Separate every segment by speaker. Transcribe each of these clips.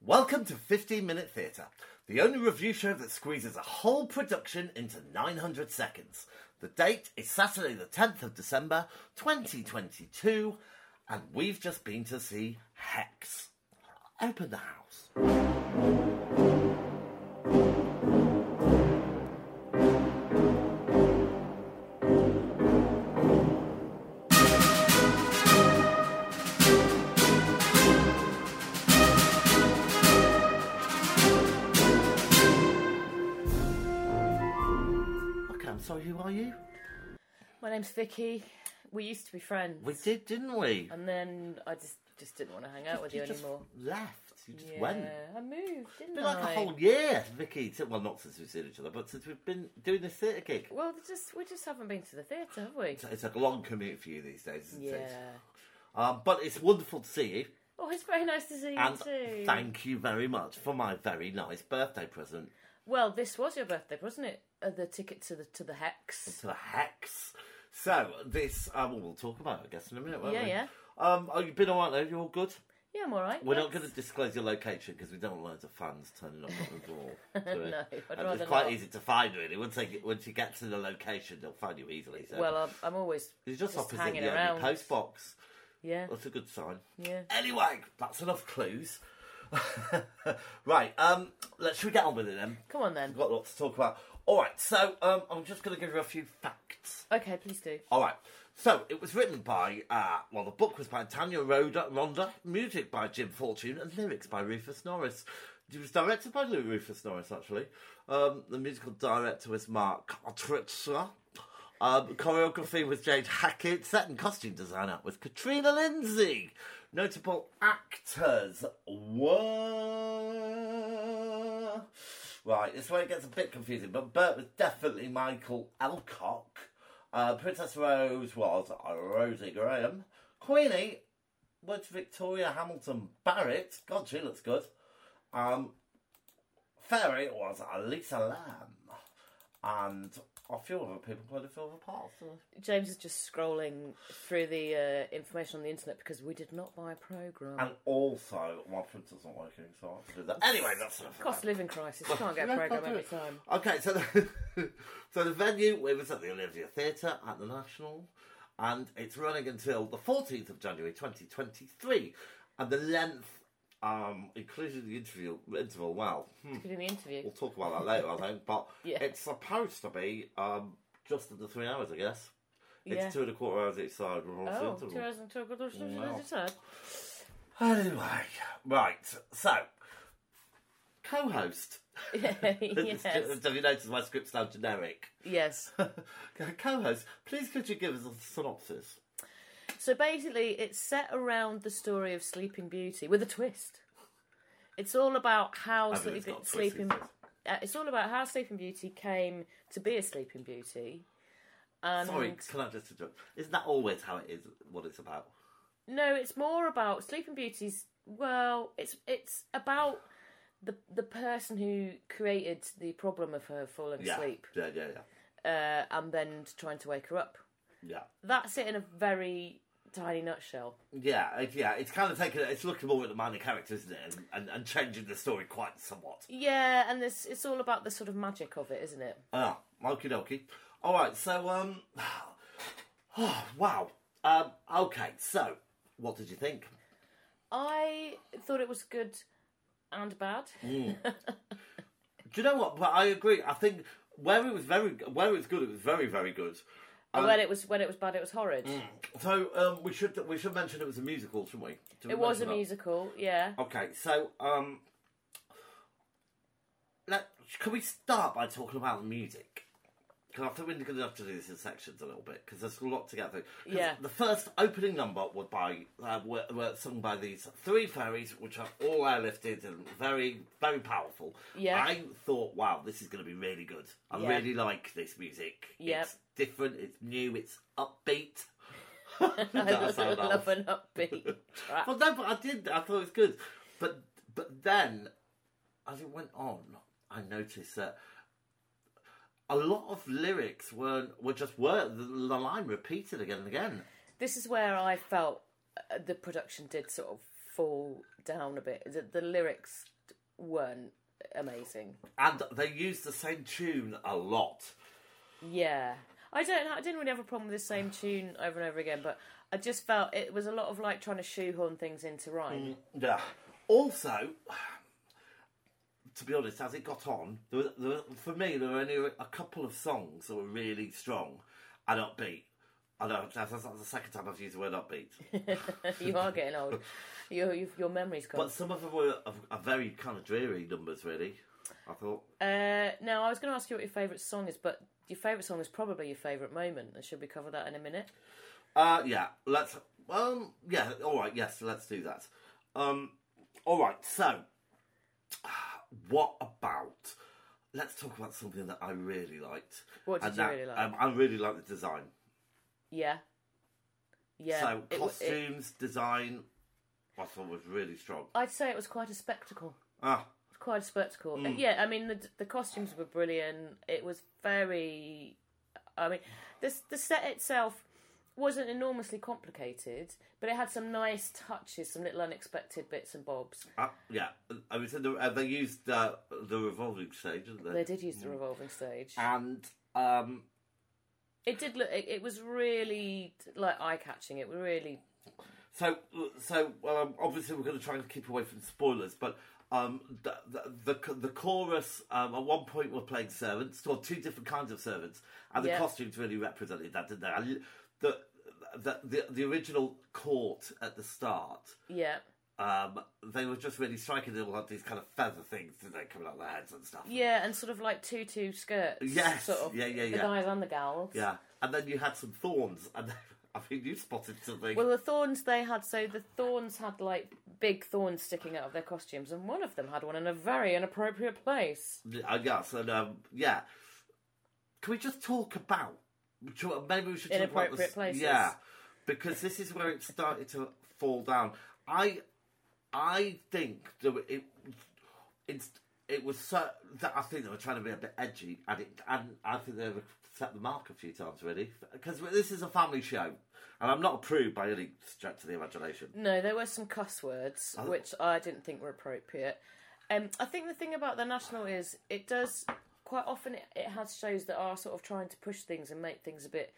Speaker 1: Welcome to 15 Minute Theatre, the only review show that squeezes a whole production into 900 seconds. The date is Saturday, the 10th of December, 2022, and we've just been to see Hex. Open the house. Okay, I'm sorry, who are you?
Speaker 2: My name's Vicky. We used to be friends,
Speaker 1: We did, didn't we?
Speaker 2: and then I just just didn't want to hang out with you,
Speaker 1: just
Speaker 2: anymore.
Speaker 1: left. You just
Speaker 2: yeah,
Speaker 1: went.
Speaker 2: I moved, didn't
Speaker 1: Been like
Speaker 2: I?
Speaker 1: a whole year, Vicky. t- Well, not since we've seen each other, but since we've been doing this theatre gig.
Speaker 2: Well, it's just we just haven't been to the theatre, have we?
Speaker 1: It's, it's a long commute for you these days, isn't
Speaker 2: Yeah.
Speaker 1: it? Um, but it's wonderful to see you,
Speaker 2: Oh, it's very nice to see you
Speaker 1: and
Speaker 2: too.
Speaker 1: thank you very much for my very nice birthday present
Speaker 2: Well, this was your birthday, wasn't it? Uh, the ticket to the to the Hex.
Speaker 1: to the Hex. So this, um, we'll talk about, it, I guess, in a minute, won't
Speaker 2: Yeah,
Speaker 1: we?
Speaker 2: yeah.
Speaker 1: Um, oh, you've been all right though. You're all good.
Speaker 2: Yeah, I'm all right.
Speaker 1: We're not
Speaker 2: thanks.
Speaker 1: going to disclose your location because we don't want loads of fans turning up at the door. do we?
Speaker 2: No, I'd
Speaker 1: And
Speaker 2: rather
Speaker 1: It's quite
Speaker 2: not.
Speaker 1: easy to find, really. Once, they get, once you get to the location, they'll find you easily. So.
Speaker 2: Well, I'm, I'm always
Speaker 1: It's just,
Speaker 2: just
Speaker 1: opposite
Speaker 2: hanging
Speaker 1: the
Speaker 2: around.
Speaker 1: only post box.
Speaker 2: yeah,
Speaker 1: That's a good sign.
Speaker 2: yeah.
Speaker 1: Anyway, that's enough clues. right, um, let's should we get on with it then?
Speaker 2: Come on then.
Speaker 1: We've got a lot to talk about. All right, so um, I'm just going to give you a few facts.
Speaker 2: Okay, please do.
Speaker 1: All right. So it was written by, uh, well, the book was by Tanya Roda, Ronda, music by Jim Fortune, and lyrics by Rufus Norris. It was directed by Lou Rufus Norris, actually. Um, the musical director was Mark Altritzler. Um, choreography was Jade Hackett. Set and costume designer was Katrina Lindsay. Notable actors were. Right, this is where it gets a bit confusing, but Bert was definitely Michael Alcock. Uh, Princess Rose was Rosie Graham. Queenie was Victoria Hamilton Barrett. God, she looks good. Um, Fairy was Lisa Lamb. And a few other people played a few other parts.
Speaker 2: James is just scrolling through the uh, information on the internet because we did not buy a program.
Speaker 1: And also, my printer's not working, so I have to do that. Anyway, that's enough. of
Speaker 2: Cost
Speaker 1: that.
Speaker 2: of living crisis. You can't get a
Speaker 1: Yeah,
Speaker 2: program
Speaker 1: can't do
Speaker 2: every
Speaker 1: it.
Speaker 2: time.
Speaker 1: Okay, so the, so the venue it was at the Olivia Theatre at the National, and it's running until the fourteenth of January, twenty twenty three, and the length, um, including the interview interval. Well, hmm,
Speaker 2: Good in the interview.
Speaker 1: we'll talk about that later, I think. But
Speaker 2: Yeah.
Speaker 1: it's supposed to be um just under three hours, I guess. It's
Speaker 2: Yeah.
Speaker 1: two and a quarter hours each side. and what's the
Speaker 2: Oh,
Speaker 1: interval?
Speaker 2: 2012 God, what
Speaker 1: Wow.
Speaker 2: is it?
Speaker 1: Anyway, right. So, co-host.
Speaker 2: yes.
Speaker 1: Have you noticed my script's now generic?
Speaker 2: yes.
Speaker 1: Co-host, please could you give us a synopsis?
Speaker 2: So basically, it's set around the story of Sleeping Beauty with a twist. It's all about
Speaker 1: I
Speaker 2: how
Speaker 1: mean, it's
Speaker 2: Sleeping,
Speaker 1: got a twist,
Speaker 2: Sleeping
Speaker 1: it's-
Speaker 2: uh, It's all about how Sleeping Beauty came to be a Sleeping Beauty. Um, And
Speaker 1: Sorry, can I just interrupt? Isn't that always how it is? What it's about?
Speaker 2: No, it's more about Sleeping Beauty's. Well, it's it's about the the person who created the problem of her falling
Speaker 1: Yeah,
Speaker 2: asleep
Speaker 1: yeah, yeah, yeah,
Speaker 2: uh, and then trying to wake her up.
Speaker 1: yeah,
Speaker 2: That's it in a very tiny nutshell.
Speaker 1: yeah. It, yeah it's kind of taking. It's looking more at the minor character, isn't it? And, and, and changing the story quite somewhat.
Speaker 2: Yeah, and this it's all about the sort of magic of it, isn't it?
Speaker 1: Ah, okie dokie. All right, so um, oh, wow. Um, okay, so what did you think?
Speaker 2: I thought it was good Mm. and bad.
Speaker 1: Do you know what? But I agree. I think where it was very, where it was good, it was very, very good.
Speaker 2: when it was when it was bad, it was horrid.
Speaker 1: So um, we should we should mention it was a musical, shouldn't we? Did we
Speaker 2: It was a
Speaker 1: mention that?
Speaker 2: musical, yeah.
Speaker 1: Okay, so um, let can we start by talking about the music? Because I think we're going to have to do this in sections a little bit because there's a lot to get through. 'Cause
Speaker 2: Yeah.
Speaker 1: The first opening number was by uh, were, were sung by these three fairies, which are all airlifted and very very powerful.
Speaker 2: Yeah.
Speaker 1: I thought, wow, this is going to be really good. I
Speaker 2: Yeah.
Speaker 1: really like this music.
Speaker 2: Yep.
Speaker 1: It's different. It's new. It's upbeat.
Speaker 2: I
Speaker 1: That's how that
Speaker 2: love
Speaker 1: was.
Speaker 2: an upbeat track.
Speaker 1: Well, no, but I did. I thought it was good. But but then, as it went on, I noticed that a lot of lyrics weren't were just were the, the line repeated again and again.
Speaker 2: this is where I felt uh, the production did sort of fall down a bit. The, the lyrics weren't amazing.
Speaker 1: And they used the same tune a lot.
Speaker 2: Yeah, I don't. I didn't really have a problem with the same tune over and over again, but I just felt it was a lot of like trying to shoehorn things into rhyme.
Speaker 1: Yeah. Also, to be honest, as it got on, there was, there was- for me, there were only a couple of songs that were really strong and upbeat. I know that's, that's not the second time I've used the word upbeat,
Speaker 2: you are getting old. Your your, your memory's gone.
Speaker 1: but some of them were a- a very kind of dreary numbers, really. I thought.
Speaker 2: Uh, now I was going to ask you what your favourite song is, but your favourite song is probably your favourite moment, and should we cover that in a minute?
Speaker 1: Uh, yeah, let's. Um, yeah, all right, yes, let's do that. Um, all right, so what about? Let's talk about something that I really liked.
Speaker 2: What did
Speaker 1: And
Speaker 2: you
Speaker 1: that-
Speaker 2: really like?
Speaker 1: Um, I really like the design.
Speaker 2: Yeah, yeah.
Speaker 1: so
Speaker 2: It w- it-
Speaker 1: costumes, design, I thought was really strong.
Speaker 2: I'd say it was quite a spectacle.
Speaker 1: Ah,
Speaker 2: quite a spectacle.
Speaker 1: Mm.
Speaker 2: Uh, Yeah, I mean the the costumes were brilliant. It was very, I mean, this the set itself wasn't enormously complicated, but it had some nice touches, some little unexpected bits and bobs.
Speaker 1: ah, yeah. I was in the, uh, they used uh, the revolving stage, didn't
Speaker 2: They
Speaker 1: they? Mm.
Speaker 2: did use the revolving stage.
Speaker 1: And um,
Speaker 2: It did look. It, it was really like eye catching. It was really
Speaker 1: So, so um, obviously we're going to try and keep away from spoilers, but um, the, the the the chorus um, at one point were playing servants, or two different kinds of servants, and the
Speaker 2: Yeah.
Speaker 1: costumes really represented that, didn't they? And the, the the the original court at the start,
Speaker 2: yeah.
Speaker 1: um, they were just really striking. They all had these kind of feather things, didn't they, coming out their heads and stuff.
Speaker 2: Yeah, and sort of like tutu skirts.
Speaker 1: Yes,
Speaker 2: sort of,
Speaker 1: yeah, yeah,
Speaker 2: The
Speaker 1: yeah.
Speaker 2: guys and the gals.
Speaker 1: Yeah. and then you had some thorns, and I think you spotted something.
Speaker 2: Well, the thorns they had, so the thorns had like big thorns sticking out of their costumes, and one of them had one in a very inappropriate place.
Speaker 1: I guess, and um, yeah. Can we just talk about? should- Maybe we should talk about this,
Speaker 2: Inappropriate places.
Speaker 1: Yeah, because this is where it started to fall down. I, I think that it, it's it was so that I think they were trying to be a bit edgy, and it, and I think they were set the mark a few times really, because this is a family show, and I'm not approved by any stretch of the imagination.
Speaker 2: No, there were some cuss words which I didn't think were appropriate. Um, I think the thing about the national is it does quite often it, it has shows that are sort of trying to push things and make things a bit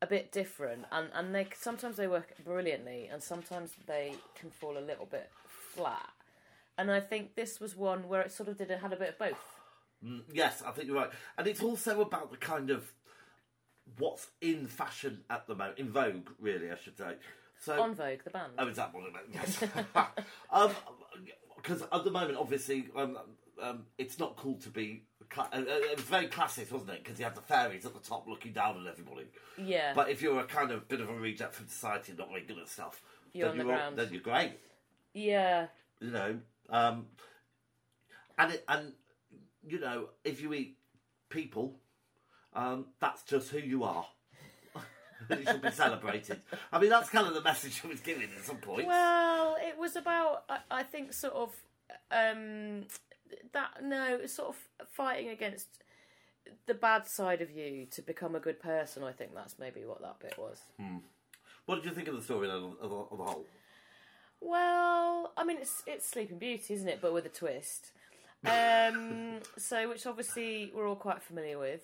Speaker 2: a bit different, and and they sometimes they work brilliantly, and sometimes they can fall a little bit flat. And I think this was one where it sort of did it had a bit of both.
Speaker 1: Yes, I think you're right. And it's also about the kind of what's in fashion at the moment, in vogue, really, I should say. So,
Speaker 2: On Vogue, the band.
Speaker 1: oh, is that what it meant? Yes. Um, Because at the moment, obviously, um, um, it's not cool to be. Cla- uh, uh, it was very classic, wasn't it? Because you had the fairies at the top looking down on everybody.
Speaker 2: Yeah.
Speaker 1: But if you're a kind of bit of a reject from society, not very good at stuff, then,
Speaker 2: You're on the
Speaker 1: you're,
Speaker 2: ground.
Speaker 1: then you're great
Speaker 2: yeah.
Speaker 1: you know, um, and it, and you know, if you eat people, um, that's just who you are. and it should be celebrated. I mean, that's kind of the message I was giving at some point.
Speaker 2: Well, it was about I, I think sort of um that no, it's sort of fighting against the bad side of you to become a good person. I think that's maybe what that bit was.
Speaker 1: what did you think of the story then, on, on, the- on the whole?
Speaker 2: Well, I mean it's it's Sleeping Beauty, isn't it? But with a twist. Um so which obviously we're all quite familiar with.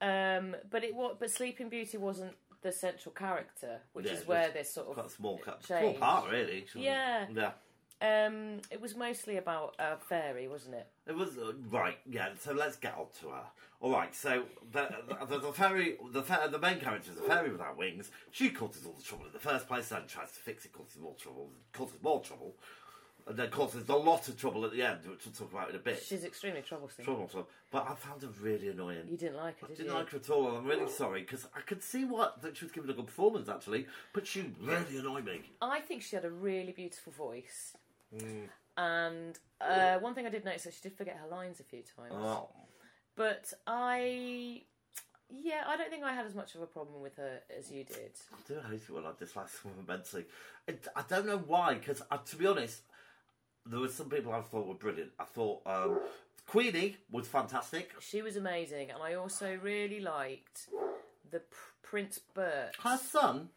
Speaker 2: Um but it what but Sleeping Beauty wasn't the central character, which
Speaker 1: Yeah,
Speaker 2: is
Speaker 1: it
Speaker 2: where
Speaker 1: was
Speaker 2: this sort of
Speaker 1: Quite a small, cut, small
Speaker 2: Change.
Speaker 1: part, really. actually.
Speaker 2: Yeah.
Speaker 1: Yeah.
Speaker 2: Um, it was mostly about a fairy, wasn't it?
Speaker 1: It was uh, right, yeah. So let's get on to her. All right. So the the, the fairy, the fa- the main character is a fairy without wings. She causes all the trouble in the first place, then tries to fix it, causes more trouble, causes more trouble, and then causes a lot of trouble at the end, which we'll talk about in a bit.
Speaker 2: She's extremely troublesome.
Speaker 1: Trouble, trouble. But I found her really annoying.
Speaker 2: You didn't like her, did
Speaker 1: Didn't
Speaker 2: you?
Speaker 1: like her at all, and I'm really sorry because I could see what that she was giving a good performance actually, but she really annoyed me.
Speaker 2: I think she had a really beautiful voice.
Speaker 1: Mm.
Speaker 2: And uh, one thing I did notice that she did forget her lines a few times.
Speaker 1: Oh,
Speaker 2: But I, yeah, I don't think I had as much of a problem with her as you did.
Speaker 1: I do hate it when I dislike someone immensely. It, I don't know why, because to be honest, there were some people I thought were brilliant. I thought um, Queenie was fantastic.
Speaker 2: She was amazing, and I also really liked the P- Prince Bert.
Speaker 1: Her son,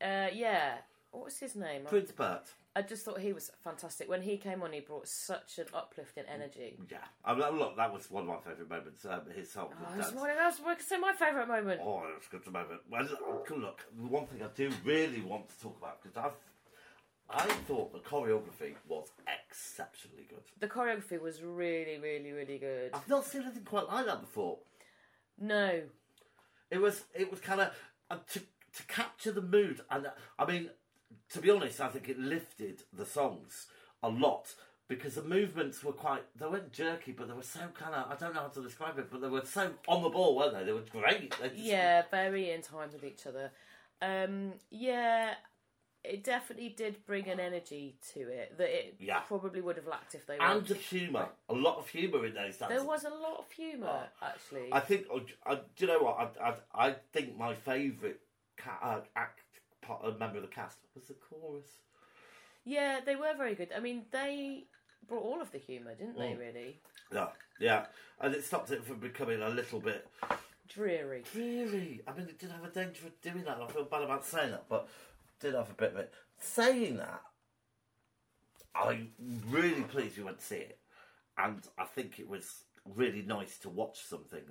Speaker 2: Uh, yeah, what was his name?
Speaker 1: Prince Bert.
Speaker 2: I just thought he was fantastic. When he came on, he brought such an uplifting energy.
Speaker 1: Yeah. I mean, look, that was one of my favourite moments. Um, his song.
Speaker 2: Oh,
Speaker 1: dance.
Speaker 2: that's one that was so my favourite moment.
Speaker 1: Oh, it's good to moment. Well, look, look, the one thing I do really want to talk about because I've. I thought the choreography was exceptionally good.
Speaker 2: The choreography was really, really, really good.
Speaker 1: I've not seen anything quite like that before.
Speaker 2: No,
Speaker 1: It was it was kind of uh, to to capture the mood, and uh, I mean, to be honest, I think it lifted the songs a lot because the movements were quite they weren't jerky, but they were so kind of I don't know how to describe it, but they were so on the ball, weren't they? They were great. They just-
Speaker 2: yeah, very in time with each other. Um, yeah, it definitely did bring an energy to it that it
Speaker 1: Yeah.
Speaker 2: probably would have lacked if they were.
Speaker 1: And the humour, a lot of humour in those dances.
Speaker 2: there was a lot of humour actually.
Speaker 1: Oh, I think. I, do you know what? I, I, I think my favourite ca- uh, act part, uh, member of the cast was the chorus.
Speaker 2: Yeah, they were very good. I mean, they brought all of the humour, didn't they?
Speaker 1: Mm.
Speaker 2: Really
Speaker 1: Yeah, yeah, and it stopped it from becoming a little bit
Speaker 2: dreary.
Speaker 1: dreary. I mean, it did have a danger of doing that. and I feel bad about saying that, but did have a bit of it. Saying that, I'm really pleased we went to see it, and I think it was really nice to watch something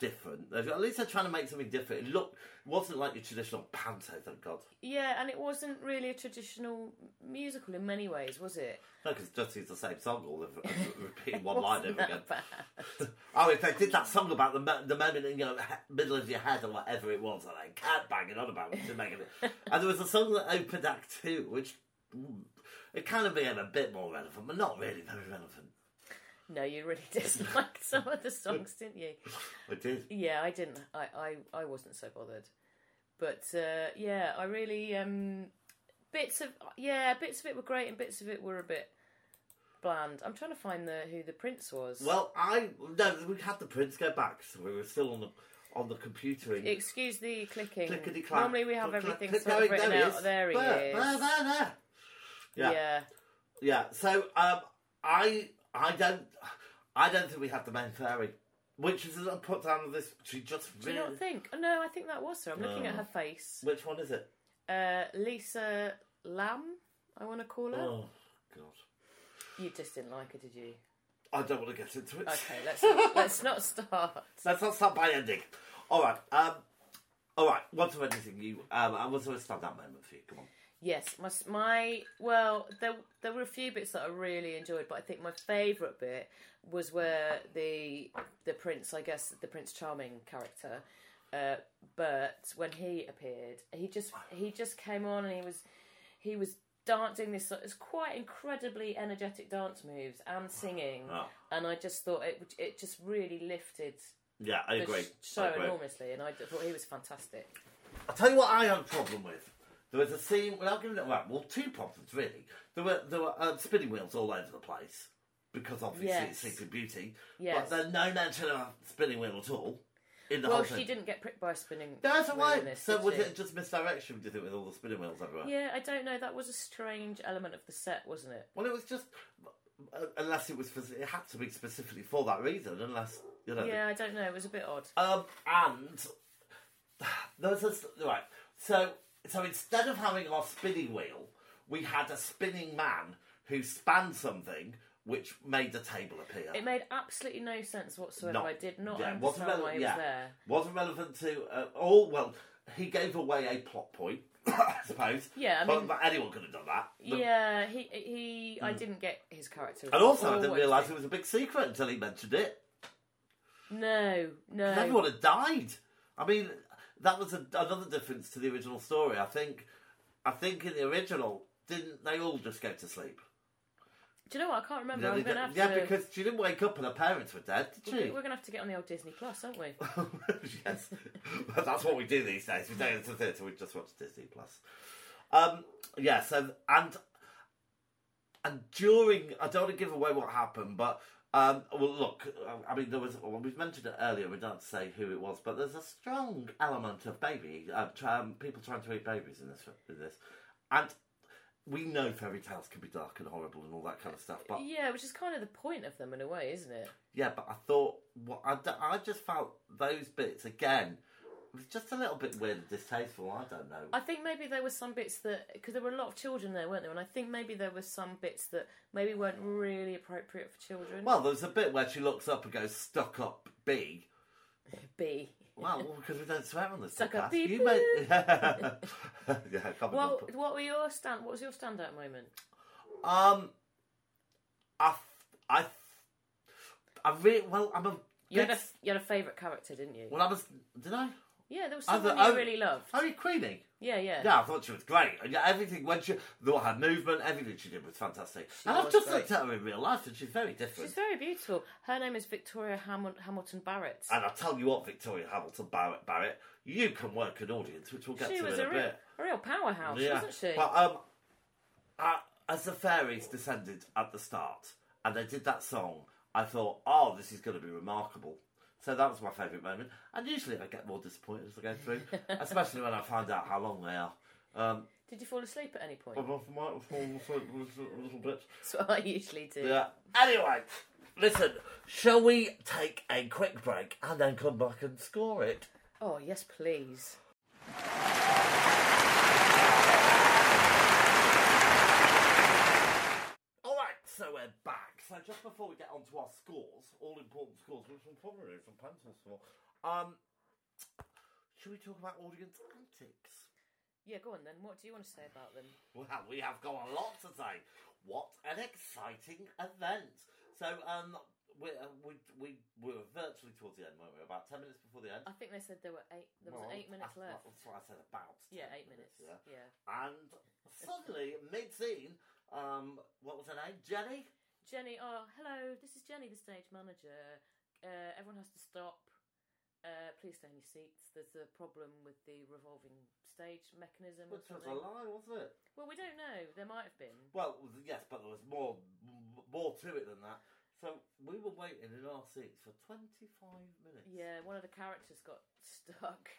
Speaker 1: different. At least they're trying to make something different. It looked, it wasn't like your traditional panto. Thank God.
Speaker 2: Yeah, and it wasn't really a traditional musical in many ways, was it?
Speaker 1: No, because just use the same song all over, repeating one
Speaker 2: Wasn't
Speaker 1: line over
Speaker 2: that
Speaker 1: again.
Speaker 2: bad?
Speaker 1: Oh, if they did that song about the, mo- the moment in your he- middle of your head or whatever it was, and they kept banging on about it to make it. and there was a song that opened Act Two, which mm, it kind of became a bit more relevant, but not really very relevant.
Speaker 2: No, you really disliked some of the songs, didn't you?
Speaker 1: It did.
Speaker 2: Yeah, I didn't. I, I, I wasn't so bothered. But uh, yeah, I really um, bits of yeah bits of it were great and bits of it were a bit bland. I'm trying to find the who the prince was.
Speaker 1: Well, I no, we had the prints go back, so we were still on the on the computering.
Speaker 2: Excuse the clicking.
Speaker 1: Clickety-clack,
Speaker 2: Normally we have
Speaker 1: click, click,
Speaker 2: everything
Speaker 1: click.
Speaker 2: sort
Speaker 1: There
Speaker 2: of
Speaker 1: he-
Speaker 2: written
Speaker 1: there he
Speaker 2: out.
Speaker 1: is.
Speaker 2: There he
Speaker 1: there, There,
Speaker 2: is.
Speaker 1: there, there. Yeah.
Speaker 2: yeah.
Speaker 1: Yeah. So um, I I don't I don't think we have the main fairy, which is a put down of this. She just
Speaker 2: Do you
Speaker 1: really.
Speaker 2: not think? Oh, no, I think that was her. I'm looking at her face.
Speaker 1: Which one is it?
Speaker 2: Uh, Lisa Lamb, I want to call her.
Speaker 1: Oh God!
Speaker 2: You just didn't like her, did you?
Speaker 1: I don't want to get into it.
Speaker 2: Okay, let's not, let's not start.
Speaker 1: Let's not start by ending. All right. Um. All right. What's the anything you? Um. I was going to start that moment for you. Come on.
Speaker 2: Yes, my s- my well, there there were a few bits that I really enjoyed, but I think my favourite bit was where the the prince, I guess the Prince Charming character, uh, Bert, when he appeared, he just he just came on and he was he was dancing this sort- it's quite incredibly energetic dance moves and singing,
Speaker 1: Oh.
Speaker 2: and I just thought it it just really lifted
Speaker 1: Yeah, I
Speaker 2: the
Speaker 1: agree.
Speaker 2: sh- show
Speaker 1: I agree.
Speaker 2: enormously, and I d- thought he was fantastic.
Speaker 1: I'll tell you what I had a problem with. There was a scene without giving it well, well, two problems really. There were there were um, spinning wheels all over the place because obviously it's
Speaker 2: Yes.
Speaker 1: Sleeping Beauty.
Speaker 2: Yes.
Speaker 1: But there's no mention of a spinning wheel at all in the
Speaker 2: Well,
Speaker 1: whole thing.
Speaker 2: she didn't get pricked by a spinning.
Speaker 1: That's
Speaker 2: wheel
Speaker 1: why.
Speaker 2: in this,
Speaker 1: So
Speaker 2: did
Speaker 1: was
Speaker 2: she?
Speaker 1: it just misdirection? Do you think with all the spinning wheels everywhere?
Speaker 2: Yeah, I don't know. That was a strange element of the set, wasn't it?
Speaker 1: Well, it was just uh, unless it was for, it had to be specifically for that reason. Unless you know.
Speaker 2: Yeah, I don't know. It was a bit odd.
Speaker 1: Um, and there was this, right. So so instead of having our spinning wheel, we had a spinning man who span something which made the table appear.
Speaker 2: It made absolutely no sense whatsoever.
Speaker 1: Not-
Speaker 2: I did not
Speaker 1: yeah, wasn't
Speaker 2: understand why
Speaker 1: relevant-
Speaker 2: he
Speaker 1: yeah.
Speaker 2: was there.
Speaker 1: Wasn't relevant to uh, all. Well, he gave away a plot point, I suppose.
Speaker 2: Yeah, I
Speaker 1: But-
Speaker 2: mean-
Speaker 1: but, anyone could have done that. The- Hmm.
Speaker 2: Yeah, he he. I didn't get his character.
Speaker 1: And also, I didn't
Speaker 2: Always.
Speaker 1: realise it was a big secret until he mentioned it.
Speaker 2: No, no.
Speaker 1: Everyone had died. I mean, that was a, another difference to the original story. I think, I think in the original, didn't they all just go to sleep?
Speaker 2: Do you know what? I can't remember.
Speaker 1: yeah,
Speaker 2: I'm
Speaker 1: they
Speaker 2: gonna
Speaker 1: did-
Speaker 2: have
Speaker 1: yeah,
Speaker 2: to.
Speaker 1: because she didn't wake up and her parents were dead, did she?
Speaker 2: We're gonna have to get on the old Disney Plus, aren't we?
Speaker 1: yes, But that's what we do these days. We don't go to the theatre. We just watch Disney Plus. Um, yeah. So and and during, I don't want to give away what happened, but um, well, look. I- I mean, there was. Well, we've mentioned it earlier. We don't say who it was, but there's a strong element of baby uh, try, um, people trying to eat babies in this. In this, and we know fairy tales can be dark and horrible and all that kind of stuff, but
Speaker 2: Yeah, which is kind of the point of them in a way, isn't it?
Speaker 1: yeah, but I thought what I, d- I just felt those bits again was just a little bit weird and distasteful. I don't know.
Speaker 2: I think maybe there were some bits that because there were a lot of children there, weren't there? And I think maybe there were some bits that maybe weren't really appropriate for children.
Speaker 1: Well, there's a bit where she looks up and goes, stuck up B.
Speaker 2: B.
Speaker 1: Well, because we don't swear on this
Speaker 2: Stuck up
Speaker 1: podcast.
Speaker 2: B,
Speaker 1: You may... yeah, I can't be
Speaker 2: Well,
Speaker 1: bothered.
Speaker 2: what were your stand? What was your standout moment?
Speaker 1: Um, I, f- I, f- I really, well, I'm a,
Speaker 2: You
Speaker 1: big,
Speaker 2: had a you had a favourite character, didn't you?
Speaker 1: well, I was, did I?
Speaker 2: yeah, there was
Speaker 1: Other-
Speaker 2: someone you
Speaker 1: oh,
Speaker 2: really loved.
Speaker 1: Harry Queenie.
Speaker 2: Yeah, yeah.
Speaker 1: Yeah, I thought she was great. And yeah, everything when she, the, her movement, everything she did was fantastic. and I've
Speaker 2: was
Speaker 1: just
Speaker 2: great.
Speaker 1: looked at her in real life, and she's very different.
Speaker 2: She's very beautiful. Her name is Victoria Hamil- Hamilton Barrett.
Speaker 1: And I tell you what, Victoria Hamilton Barrett, Barrett, you can work an audience, which we'll get
Speaker 2: She
Speaker 1: to
Speaker 2: was
Speaker 1: in
Speaker 2: a
Speaker 1: a,
Speaker 2: real,
Speaker 1: bit.
Speaker 2: a real powerhouse, wasn't she?
Speaker 1: But um, I, as the fairies descended at the start and they did that song, I thought, oh, this is going to be remarkable. So that was my favourite moment. And usually I get more disappointed as I go through, especially when I find out how long they are. Um,
Speaker 2: Did you fall asleep at any point?
Speaker 1: I might have fallen asleep a little bit.
Speaker 2: That's what I usually do.
Speaker 1: Yeah. Anyway, listen, shall we take a quick break and then come back and score it?
Speaker 2: Oh yes, please.
Speaker 1: All right, so we're back. So just before we get on to our scores, all important scores, which we'll probably need some pencils for. Um, should we talk about audience antics?
Speaker 2: Yeah, go on then. What do you want to say about them?
Speaker 1: Well, we have got a lot to say. What an exciting event! So, um, we uh, we we we were virtually towards the end, weren't we? About ten minutes before the end.
Speaker 2: I think they said there were eight. There was
Speaker 1: Well,
Speaker 2: eight
Speaker 1: that's
Speaker 2: minutes
Speaker 1: what-
Speaker 2: left.
Speaker 1: That's what I said about.
Speaker 2: Yeah,
Speaker 1: 10
Speaker 2: eight minutes.
Speaker 1: Yeah.
Speaker 2: Yeah.
Speaker 1: And suddenly, mid-scene, um, what was her name? Jenny.
Speaker 2: Jenny, oh hello, this is Jenny, the stage manager. Uh, everyone has to stop. Uh, please stay in your seats. There's a problem with the revolving stage mechanism. Or
Speaker 1: Which was a
Speaker 2: something.
Speaker 1: lie, wasn't it?
Speaker 2: Well, we don't know. There might have been.
Speaker 1: Well, yes, but there was more m- more to it than that. So we were waiting in our seats for 25 minutes.
Speaker 2: Yeah, one of the characters got stuck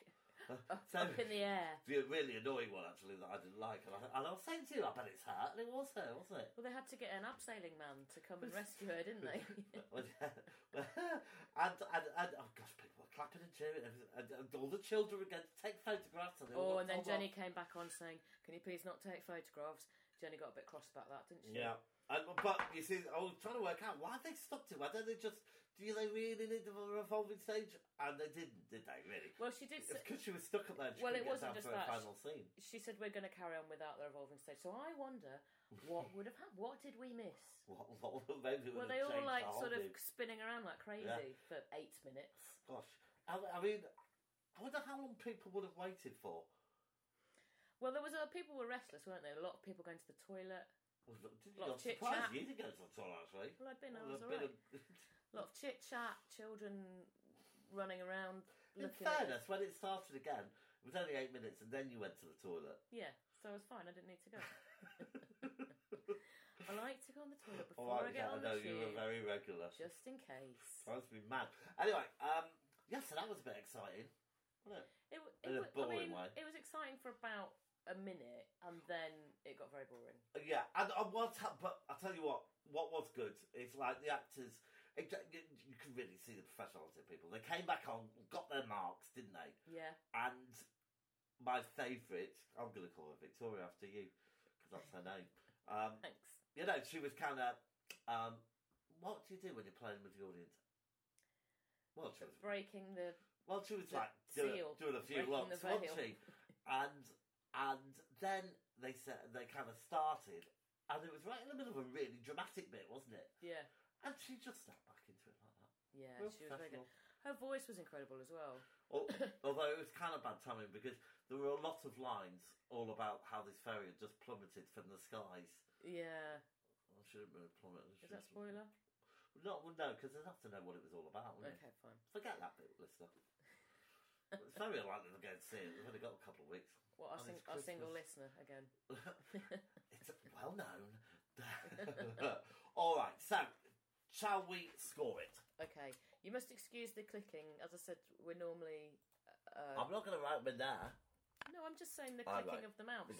Speaker 1: Uh,
Speaker 2: up,
Speaker 1: so-
Speaker 2: up in the air.
Speaker 1: The really annoying one, actually, that I didn't like. And I, and I was saying to you, I bet it's her. And it was her, wasn't it?
Speaker 2: Well, they had to get an abseiling man to come and rescue her, didn't they?
Speaker 1: Well, yeah. and, and, and, oh gosh, people were clapping and cheering. And, and, and all the children were going to take photographs. And they all
Speaker 2: oh,
Speaker 1: got
Speaker 2: and then
Speaker 1: told off.
Speaker 2: Jenny came back on saying, "Can you please not take photographs?" Jenny got a bit cross about that, didn't she?
Speaker 1: Yeah. And, but you see, I was trying to work out why they stopped it. Why don't they just. Do they really need the revolving stage? And they didn't, did they, really?
Speaker 2: Well, she did.
Speaker 1: It's
Speaker 2: Say,
Speaker 1: because she was stuck up there. and She
Speaker 2: Well,
Speaker 1: couldn't
Speaker 2: it
Speaker 1: get
Speaker 2: wasn't
Speaker 1: down
Speaker 2: just
Speaker 1: for her
Speaker 2: that.
Speaker 1: final scene.
Speaker 2: she said we're going to carry on without the revolving stage. So I wonder what would have happened. What did we miss?
Speaker 1: What, what, maybe it
Speaker 2: Were
Speaker 1: would
Speaker 2: they
Speaker 1: have
Speaker 2: all
Speaker 1: changed
Speaker 2: like
Speaker 1: the whole
Speaker 2: sort of
Speaker 1: thing.
Speaker 2: spinning around like crazy for eight minutes?
Speaker 1: Gosh, I, I mean, I wonder how long people would have waited for.
Speaker 2: Well, there was uh, people were restless, weren't there? A lot of people going to the toilet.
Speaker 1: Well, look, didn't you?
Speaker 2: Lot
Speaker 1: I'm
Speaker 2: of
Speaker 1: surprised
Speaker 2: chit-chat.
Speaker 1: you didn't go to the toilet actually.
Speaker 2: Well, I'd been, I
Speaker 1: Well,
Speaker 2: was
Speaker 1: a
Speaker 2: alright.
Speaker 1: bit
Speaker 2: A lot of chit chat, children running around,
Speaker 1: of- In
Speaker 2: looking. at,
Speaker 1: fairness, when it started again, it was only eight minutes, and then you went to the toilet.
Speaker 2: yeah, so I was fine. I didn't need to go. I like to go on the toilet before
Speaker 1: All right,
Speaker 2: I get
Speaker 1: yeah,
Speaker 2: on
Speaker 1: Oh, I know
Speaker 2: the
Speaker 1: you were
Speaker 2: tube,
Speaker 1: very regular.
Speaker 2: just in case.
Speaker 1: Must be mad. Anyway, um, yeah, so that was a bit exciting, wasn't it?
Speaker 2: It, w-
Speaker 1: In a
Speaker 2: it, w- I
Speaker 1: boring
Speaker 2: mean,
Speaker 1: way.
Speaker 2: it was exciting for about a minute, and then it got very boring.
Speaker 1: Uh, Yeah, and, and what's hap- but I tell you what, what was good is like the actors. It, uh, you, you can really see the professionalism of people. They came back on, got their marks, didn't they?
Speaker 2: Yeah.
Speaker 1: And my favourite, I'm going to call her Victoria after you because that's her name. Um,
Speaker 2: Thanks.
Speaker 1: you know, she was kind of. Um, what do you do when you're playing with the audience? Well, she was,
Speaker 2: Breaking the
Speaker 1: well, she was
Speaker 2: the
Speaker 1: like doing,
Speaker 2: seal,
Speaker 1: doing a few
Speaker 2: breaking
Speaker 1: looks,
Speaker 2: the
Speaker 1: wasn't
Speaker 2: veil.
Speaker 1: she? and and then they said they kind of started, and it was right in the middle of a really dramatic bit, wasn't it?
Speaker 2: yeah,
Speaker 1: And she just snapped back into it like that.
Speaker 2: yeah.
Speaker 1: Real
Speaker 2: she was very good.
Speaker 1: professional.
Speaker 2: Her voice was incredible as well.
Speaker 1: Al- Although it was kind of bad timing because there were a lot of lines all about how this fairy had just plummeted from the skies.
Speaker 2: Yeah.
Speaker 1: Well, she didn't really plummet. she
Speaker 2: Is that
Speaker 1: just-
Speaker 2: spoiler?
Speaker 1: No, well, no, because they'd have to know what it was all about. wouldn't
Speaker 2: Okay, fine.
Speaker 1: they? Forget that bit, listener. it's very unlikely they'll go and see it. They've only got a couple of weeks.
Speaker 2: Well, our,
Speaker 1: And
Speaker 2: sing-
Speaker 1: it's
Speaker 2: our single
Speaker 1: Christmas.
Speaker 2: listener again.
Speaker 1: it's well known. All right, so shall we score it?
Speaker 2: okay, you must excuse the clicking. As I said, we're normally. Uh,
Speaker 1: I'm not going to write them there.
Speaker 2: no, I'm just saying the
Speaker 1: All
Speaker 2: clicking
Speaker 1: right.
Speaker 2: of the mouse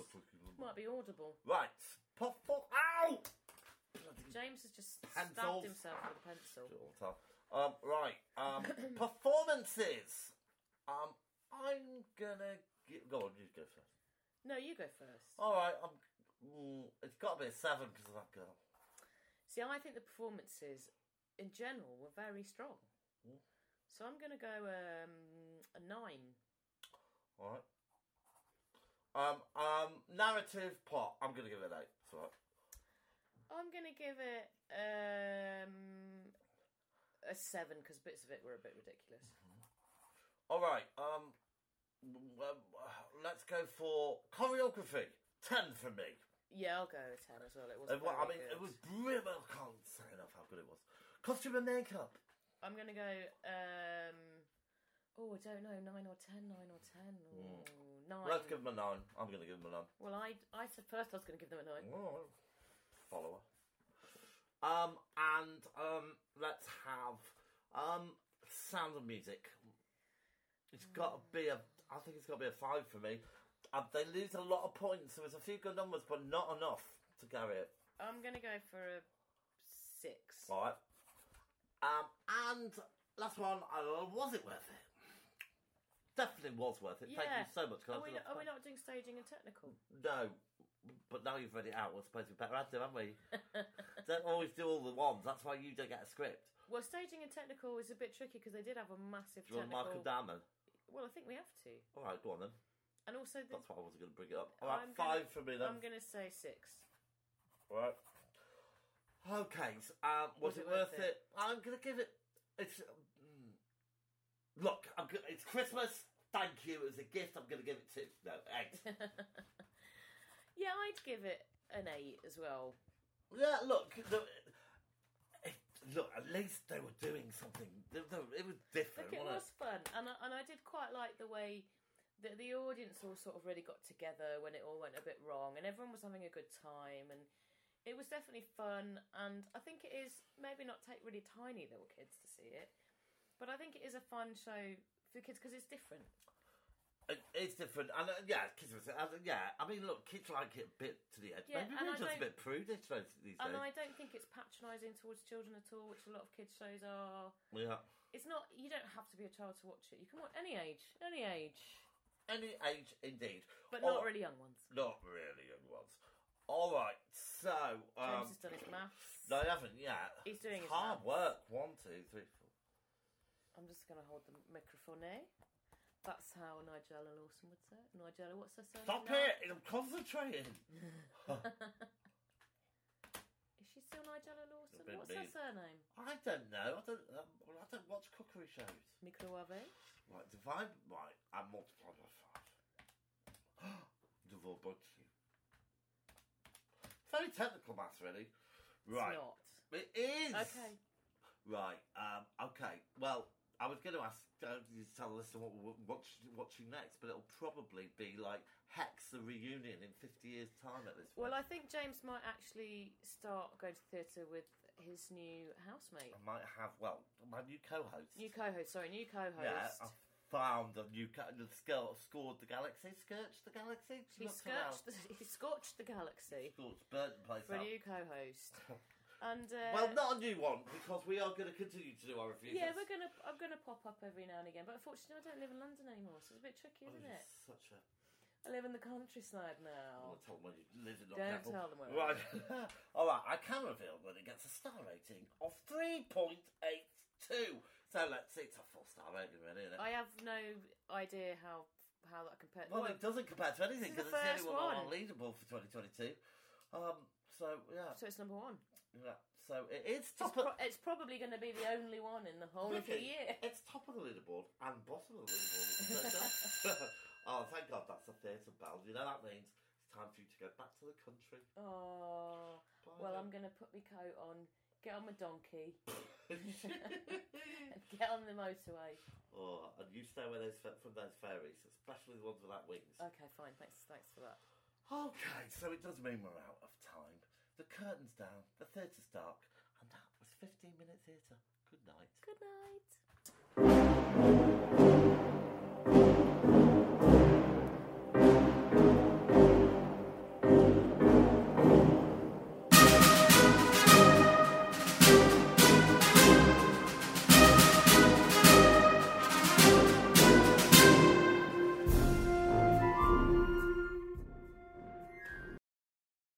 Speaker 2: might be audible.
Speaker 1: Right, puff, puff, ow! Bloody
Speaker 2: James has just
Speaker 1: Pencils.
Speaker 2: stabbed himself with a pencil.
Speaker 1: daughter. Um, right, um, performances. Um, I'm gonna get, go on. You go first.
Speaker 2: No, you go first.
Speaker 1: All right. I'm. Mm, it's got to be a seven because of that girl.
Speaker 2: See, I think the performances in general were very strong. So I'm going to go um, a nine.
Speaker 1: All right. Um, um, narrative plot. I'm gonna give it an eight. It's all right.
Speaker 2: I'm going to give it um, a seven because bits of it were a bit ridiculous.
Speaker 1: All right. Um, w- w- let's go for choreography. Ten for me.
Speaker 2: Yeah, I'll go a ten as well. It was.
Speaker 1: It wa- Uh, I mean,
Speaker 2: good.
Speaker 1: it was brilliant. I can't say enough how good it was. Costume and makeup.
Speaker 2: I'm going to go. Um, oh, I don't know, nine or ten, nine or ten, or nine.
Speaker 1: Hmm. Let's give them a nine. I'm going to give them a nine.
Speaker 2: Well, I, I said first I was going to give them a nine.
Speaker 1: Alright. Follower. Um, and um, let's have um, sound and music. It's got to be a. I think it's got to be a five for me. Uh, they lose a lot of points. There was a few good numbers, but not enough to carry it.
Speaker 2: I'm going to go for a six.
Speaker 1: All right. Um, and last one. Uh, was it worth it? Definitely was worth it. Thank you so much. 'cause I
Speaker 2: Are we,
Speaker 1: forgot to
Speaker 2: not, are we
Speaker 1: thank-
Speaker 2: not doing staging and technical?
Speaker 1: No, but now you've read it out, we're supposed to be better at it, haven't we? don't always do all the ones. That's why you don't get a script.
Speaker 2: Well, staging and technical is a bit tricky because they did have a massive
Speaker 1: Do you want to mark them
Speaker 2: technical.
Speaker 1: down then?
Speaker 2: Well, I think we have to.
Speaker 1: All right, go on then.
Speaker 2: And also, the,
Speaker 1: That's why I wasn't going to bring it up. All right,
Speaker 2: I'm
Speaker 1: five
Speaker 2: gonna-
Speaker 1: for me then.
Speaker 2: I'm going to say six.
Speaker 1: All right. Okay. So, um, was, it worth it? I'm going to give it. It's mm, look. I'm go- it's Christmas. Thank you. It was a gift. I'm going to give it to no eight.
Speaker 2: Yeah, I'd give it an eight as well.
Speaker 1: Yeah, look, the, it, look. At least they were doing something. They- they- it was different.
Speaker 2: Look, it
Speaker 1: wasn't
Speaker 2: was fun, and I, and I did quite like the way that the audience all sort of really got together when it all went a bit wrong, and everyone was having a good time, and it was definitely fun. And I think it is maybe not take really tiny little kids to see it, but I think it is a fun show for kids because it's different.
Speaker 1: It, it's different, and uh, yeah, kids. Was, uh, yeah, I mean, look, kids like it a bit to the edge.
Speaker 2: Yeah,
Speaker 1: Maybe
Speaker 2: and
Speaker 1: we're
Speaker 2: I
Speaker 1: just a
Speaker 2: don't-
Speaker 1: bit prudish those- these days.
Speaker 2: And I don't think it's patronising towards children at all, which a lot of kids shows are.
Speaker 1: Yeah,
Speaker 2: It's not. You don't have to be a child to watch it. You can watch any age, any age,
Speaker 1: any age, indeed,
Speaker 2: but
Speaker 1: All-
Speaker 2: not really young ones.
Speaker 1: not really young ones. All right, so
Speaker 2: James
Speaker 1: um,
Speaker 2: has done his maths.
Speaker 1: no, I haven't yet.
Speaker 2: He's doing
Speaker 1: It's
Speaker 2: his
Speaker 1: hard
Speaker 2: maths.
Speaker 1: work. One, two, three, four.
Speaker 2: I'm just going to hold the microphone. Eh? That's how Nigella Lawson would say. it. Nigella, what's her surname?
Speaker 1: Stop
Speaker 2: now?
Speaker 1: it! I'm concentrating.
Speaker 2: Is she still Nigella Lawson?
Speaker 1: bit
Speaker 2: What's her
Speaker 1: mean.
Speaker 2: surname?
Speaker 1: I don't know. I don't. Um, well, I don't watch cookery shows.
Speaker 2: Microwave.
Speaker 1: Right, divide. Right, I multiply by five. Divide by two. Very technical maths, really. Right.
Speaker 2: It's not.
Speaker 1: It is.
Speaker 2: Okay.
Speaker 1: Right. Um, okay. Well, I was going to ask uh, you to tell us what we're watch, watching next, but it'll probably be like Hex the reunion in fifty years' time at this point.
Speaker 2: Well, I think James might actually start going to theatre with his new housemate,
Speaker 1: I might have. Well, my new co-host.
Speaker 2: new co-host. Sorry, new co-host.
Speaker 1: yeah, I found a new co- the skill scored the galaxy, scourged the galaxy.
Speaker 2: He
Speaker 1: Looked around.
Speaker 2: scorched, the, he scorched the galaxy
Speaker 1: Scorched, burnt the place
Speaker 2: for
Speaker 1: up.
Speaker 2: a new co-host, and uh,
Speaker 1: Well, not a new one because we are going to continue to do our reviews. That's-
Speaker 2: yeah, we're gonna I'm gonna pop up every now and again. But unfortunately, I don't live in London anymore, so it's a bit tricky,
Speaker 1: Oh,
Speaker 2: isn't
Speaker 1: you're
Speaker 2: it?
Speaker 1: Such a.
Speaker 2: I live in the countryside
Speaker 1: I'm
Speaker 2: now.
Speaker 1: not telling them when you live in
Speaker 2: Don't
Speaker 1: Nottingham.
Speaker 2: tell them where I
Speaker 1: Right. All right. I can reveal that it gets a star rating of three point eight two. So let's see. It's a full star rating, really. Isn't it?
Speaker 2: I have no idea how how that compares.
Speaker 1: well, it doesn't compare to anything because
Speaker 2: This
Speaker 1: it's the only
Speaker 2: is the first
Speaker 1: one on
Speaker 2: one.
Speaker 1: our leaderboard for 2022. Um. So yeah.
Speaker 2: so it's number one.
Speaker 1: yeah. So it is
Speaker 2: It's,
Speaker 1: top.
Speaker 2: pro-
Speaker 1: of,
Speaker 2: it's probably going to be the only one in the whole of the
Speaker 1: Ricky,
Speaker 2: year.
Speaker 1: It's top of the leaderboard and bottom of the leaderboard. oh, thank God that's a theatre bell. You know that means it's time for you to go back to the country.
Speaker 2: Oh, well,
Speaker 1: Bye.
Speaker 2: I'm going to put my coat on, get on my donkey, and get on the motorway.
Speaker 1: Oh, and you stay away those, fa- from those fairies, especially the ones without wings.
Speaker 2: Okay, fine. Thanks, thanks for that.
Speaker 1: Okay, so it does mean we're out of time. The curtain's down, the theatre's dark, and that was 15 minute theatre. Good night.
Speaker 2: Good night.